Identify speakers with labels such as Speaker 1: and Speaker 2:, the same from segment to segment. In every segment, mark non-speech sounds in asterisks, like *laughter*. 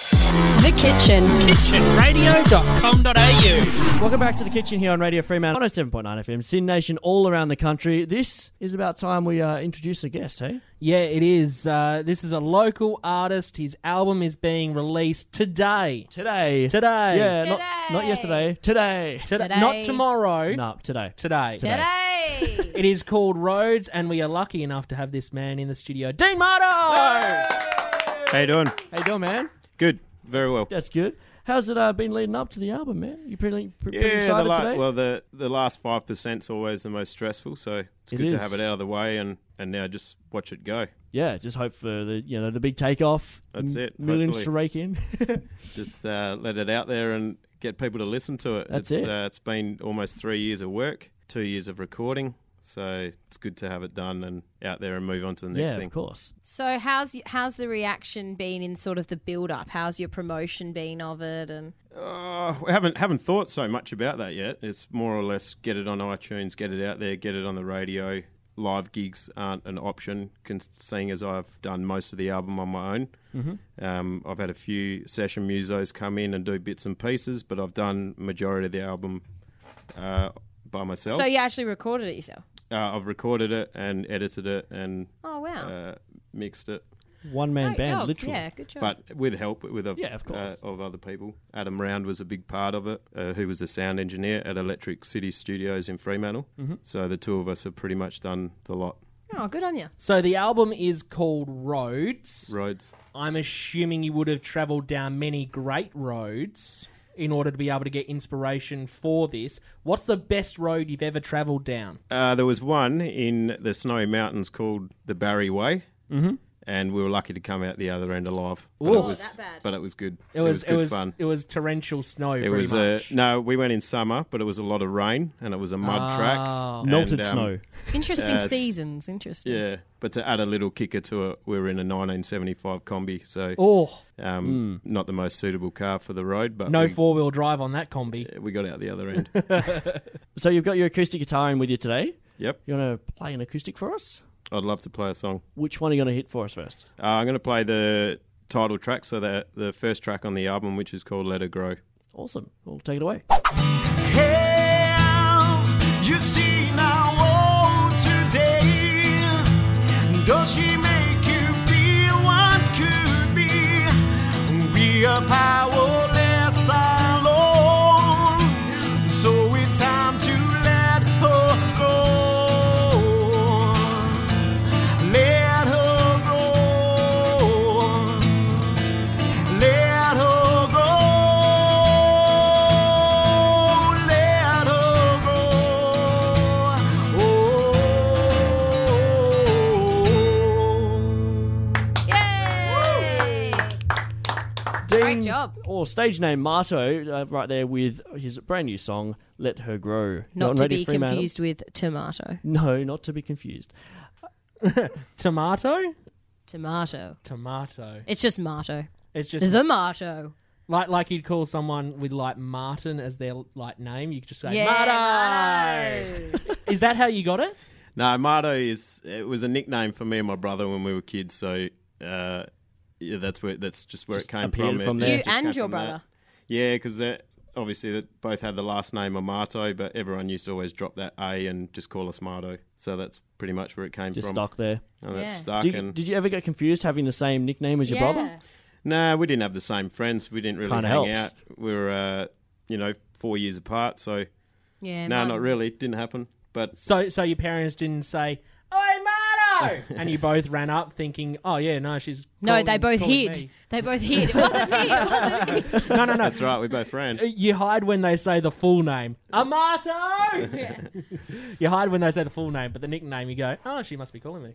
Speaker 1: The kitchen.
Speaker 2: Kitchenradio.com.au.
Speaker 3: Welcome back to the kitchen here on Radio Fremantle, 107.9 FM, Sin Nation, all around the country. This is about time we uh, introduce a guest, hey?
Speaker 4: Yeah, it is. Uh, this is a local artist. His album is being released today.
Speaker 3: Today.
Speaker 4: Today.
Speaker 3: Yeah, Not, not yesterday. Today.
Speaker 4: Toda-
Speaker 1: Today.
Speaker 4: Not tomorrow.
Speaker 3: No, today.
Speaker 4: Today.
Speaker 1: Today.
Speaker 4: It is called Roads, and we are lucky enough to have this man in the studio, Dean Marto.
Speaker 5: How you doing?
Speaker 3: How you doing, man?
Speaker 5: Good. Very well.
Speaker 3: That's good. How's it uh, been leading up to the album, man? You pretty, pretty
Speaker 5: Yeah, the
Speaker 3: excited
Speaker 5: la-
Speaker 3: today?
Speaker 5: well, the, the last 5% is always the most stressful, so it's
Speaker 3: It
Speaker 5: good to
Speaker 3: is.
Speaker 5: have it out of the way and, and now just watch it go.
Speaker 3: yeah, just hope for the you know the big takeoff.
Speaker 5: That's
Speaker 3: m-
Speaker 5: it,
Speaker 3: Millions
Speaker 5: hopefully.
Speaker 3: to rake in. *laughs*
Speaker 5: Just uh, let it out there and get people to listen to it.
Speaker 3: That's
Speaker 5: it's,
Speaker 3: it.
Speaker 5: Uh, it's been almost three years of work, two years of recording, so it's good to have it done and out there and move on to the next
Speaker 3: yeah,
Speaker 5: thing.
Speaker 3: of course.
Speaker 1: so how's y- how's the reaction been in sort of the build up? How's your promotion been of it? And
Speaker 5: Uh, we haven't haven't thought so much about that yet. It's more or less get it on iTunes, get it out there, get it on the radio. Live gigs aren't an option, con- seeing as I've done most of the album on my own. Mm-hmm. Um, I've had a few session musos come in and do bits and pieces, but I've done majority of the album uh, by myself.
Speaker 1: so you actually recorded it yourself?
Speaker 5: uh, I've recorded it and edited it and
Speaker 1: Oh wow.
Speaker 5: uh, mixed it,
Speaker 3: One man
Speaker 1: Great
Speaker 3: band,
Speaker 1: job.
Speaker 3: literally.
Speaker 1: Yeah, good job.
Speaker 5: but with help with a,
Speaker 3: Yeah, of course.
Speaker 5: uh, of other people. Adam Round was a big part of it, uh, who was a sound engineer at Electric City Studios in Fremantle.
Speaker 4: Mm-hmm.
Speaker 5: So the two of us have pretty much done the lot.
Speaker 1: oh, good on you.
Speaker 4: So the album is called Roads.
Speaker 5: Roads.
Speaker 4: I'm assuming you would have travelled down many great roads in order to be able to get inspiration for this. What's the best road you've ever travelled down?
Speaker 5: Uh, there was one in the snowy mountains called the Barry Way. Mm-hmm. And we were lucky to come out the other end alive. But
Speaker 4: Ooh.
Speaker 5: it
Speaker 4: Oh,
Speaker 5: was,
Speaker 1: that bad.
Speaker 5: But it was good.
Speaker 4: It was
Speaker 5: good fun.
Speaker 4: it was torrential snow.
Speaker 5: It was a,
Speaker 4: much.
Speaker 5: no. We went in summer, but it was a lot of rain, and it was a mud
Speaker 4: Oh.
Speaker 5: track,
Speaker 3: Melted
Speaker 5: And, um,
Speaker 3: snow.
Speaker 1: Interesting
Speaker 5: Uh,
Speaker 1: seasons. Interesting.
Speaker 5: Yeah, but to add a little kicker to it, we were in a 1975 combi, so
Speaker 4: oh
Speaker 5: um, not the most suitable car for the road, but
Speaker 4: no
Speaker 5: we,
Speaker 4: four wheel drive on that combi.
Speaker 5: we got out the other
Speaker 4: *laughs*
Speaker 5: end.
Speaker 3: So you've got your acoustic guitar in with you today.
Speaker 5: yep,
Speaker 3: You want to play an acoustic for us?
Speaker 5: I'd love to play a song.
Speaker 3: Which one are you going to hit for us first?
Speaker 5: Uh, I'm going to play the title track, so the the first track on the album, which is called "Let Her Grow."
Speaker 3: Awesome. We'll take it away.
Speaker 6: You see now all today. Does she make you feel what could be? We are powerless alone. So it's time to let her go. Let her go. Let her go. Let her go. Oh.
Speaker 1: Yay! Great
Speaker 3: Dean-
Speaker 1: job.
Speaker 3: Or Oh, stage name Marto, uh, right there with his brand new song "Let Her Grow." You're on
Speaker 1: Not to
Speaker 3: Radio
Speaker 1: be
Speaker 3: Fremantle.
Speaker 1: confused with tomato.
Speaker 3: No, not to be confused.
Speaker 4: Tomato,
Speaker 1: Tomato.
Speaker 4: tomato.
Speaker 1: It's just Marto.
Speaker 4: It's just
Speaker 1: The Marto.
Speaker 4: like like you'd call someone with like Martin as their like name. You could just say
Speaker 1: Yeah,
Speaker 4: Marto. Is that how you got it?
Speaker 5: No, Mardo is it was a nickname for me and my brother when we were kids, so uh, yeah, that's where that's just where
Speaker 3: Just
Speaker 5: it came
Speaker 3: appeared
Speaker 5: from.
Speaker 3: from
Speaker 5: It-
Speaker 3: there.
Speaker 5: it
Speaker 1: You
Speaker 5: just
Speaker 1: and
Speaker 5: came
Speaker 1: your
Speaker 5: from that.
Speaker 1: brother.
Speaker 5: Yeah, because obviously that both had the last name Amato, but everyone used to always drop that A and just call us Marto. So that's pretty much where it came
Speaker 3: Just
Speaker 5: from.
Speaker 3: stuck there.
Speaker 5: And that's
Speaker 1: Yeah.
Speaker 5: stuck.
Speaker 3: Did,
Speaker 5: and
Speaker 3: did you ever get confused having the same nickname as your brother?
Speaker 5: no, we didn't have the same friends. We didn't really
Speaker 3: Kinda
Speaker 5: hang
Speaker 3: helps.
Speaker 5: out. We were, uh, you know, four years apart. So
Speaker 1: Yeah.
Speaker 5: no,
Speaker 1: mine-
Speaker 5: not really. It didn't happen. But
Speaker 4: So so your parents didn't say, "Oi, Marto," and you both ran up thinking, "Oh yeah, no, she's."
Speaker 1: No,
Speaker 4: calling-
Speaker 1: they both
Speaker 4: calling
Speaker 1: hid.
Speaker 4: me."
Speaker 1: They both hid. It wasn't me.
Speaker 5: *laughs*
Speaker 1: It wasn't me.
Speaker 4: No, no, no.
Speaker 5: that's right. We both
Speaker 3: *laughs*
Speaker 5: ran.
Speaker 4: Uh, You hide when they say the full name,
Speaker 1: *laughs*
Speaker 4: Amato. *laughs* you hide when they say the full name, but the nickname you go, oh, she must be calling me.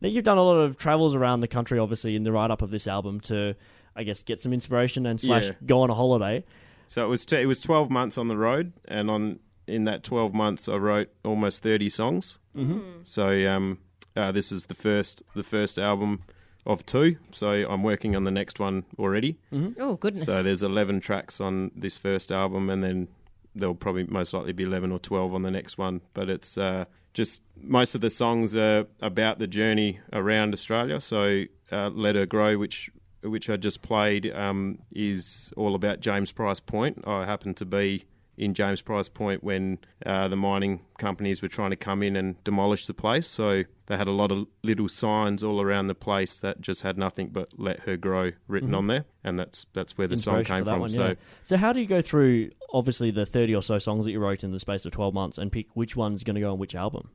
Speaker 3: Now you've done a lot of travels around the country, obviously, in the write up of this album to, I guess, get some inspiration and slash
Speaker 5: Yeah.
Speaker 3: go on a holiday.
Speaker 5: So it was t- it was twelve months on the road, and on in that twelve months, I wrote almost thirty songs. Mm-hmm. So um, uh, this is the first the first album of two. So I'm working on the next one already.
Speaker 1: Oh, goodness.
Speaker 5: So there's eleven tracks on this first album, and then there'll probably most likely be eleven or twelve on the next one. But it's uh, just most of the songs are about the journey around Australia. So uh, "Let Her Grow," which which I just played, um, is all about James Price Point. I happened to be in James Price Point when uh, the mining companies were trying to come in and demolish the place. So they had a lot of little signs all around the place that just had nothing but "Let Her Grow" written on there, and that's that's where the song
Speaker 3: inspiration for
Speaker 5: came
Speaker 3: that
Speaker 5: from.
Speaker 3: one,
Speaker 5: so
Speaker 3: yeah. so how do you go through obviously the 30 or so songs that you wrote in the space of 12 months and pick which one's going to go on which album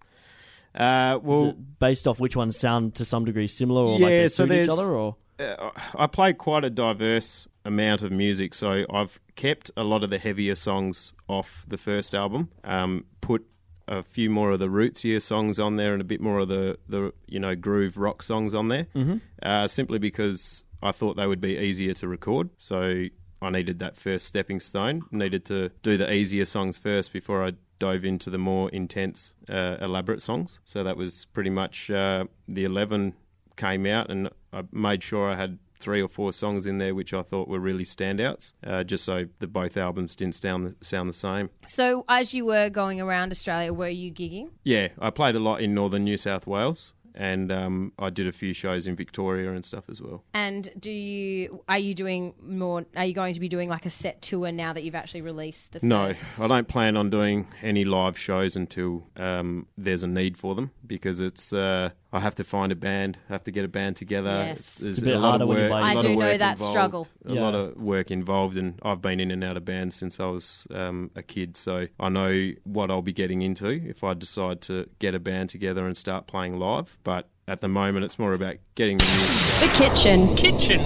Speaker 5: uh,
Speaker 3: Is
Speaker 5: well,
Speaker 3: it based off which ones sound to some degree similar or like
Speaker 5: Yeah,
Speaker 3: they
Speaker 5: so
Speaker 3: suit each
Speaker 5: there's-
Speaker 3: other or
Speaker 5: uh, I play quite a diverse amount of music, so I've kept a lot of the heavier songs off the first album. Um, put a few more of the rootsier songs on there, and a bit more of the the you know groove rock songs on there, mm-hmm. uh, simply because I thought they would be easier to record. So I needed that first stepping stone. Needed to do the easier songs first before I dove into the more intense, uh, elaborate songs. So that was pretty much uh, the eleven came out, and I made sure I had three or four songs in there which I thought were really standouts, uh, just so the both albums didn't sound sound the same.
Speaker 1: So, as you were going around Australia, were you gigging?
Speaker 5: Yeah, I played a lot in northern New South Wales, and um, I did a few shows in Victoria and stuff as well.
Speaker 1: And do you are you doing more? Are you going to be doing like a set tour now that you've actually released the?
Speaker 5: No,
Speaker 1: first?
Speaker 5: I don't plan on doing any live shows until um, there's a need for them because it's uh, I have to find a band, I have to get a band together.
Speaker 1: Yes.
Speaker 5: There's
Speaker 3: It's a bit harder when you play
Speaker 5: a
Speaker 3: I
Speaker 5: lot
Speaker 1: do
Speaker 5: of
Speaker 1: know
Speaker 5: work
Speaker 1: that
Speaker 5: involved,
Speaker 1: struggle.
Speaker 5: A
Speaker 3: Yeah.
Speaker 5: lot of work involved, and I've been in and out of bands since I was um, a kid, so I know what I'll be getting into if I decide to get a band together and start playing live. But at the moment, it's more about getting the music.
Speaker 1: The kitchen.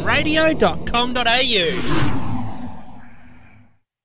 Speaker 4: Kitchenradio.com.au.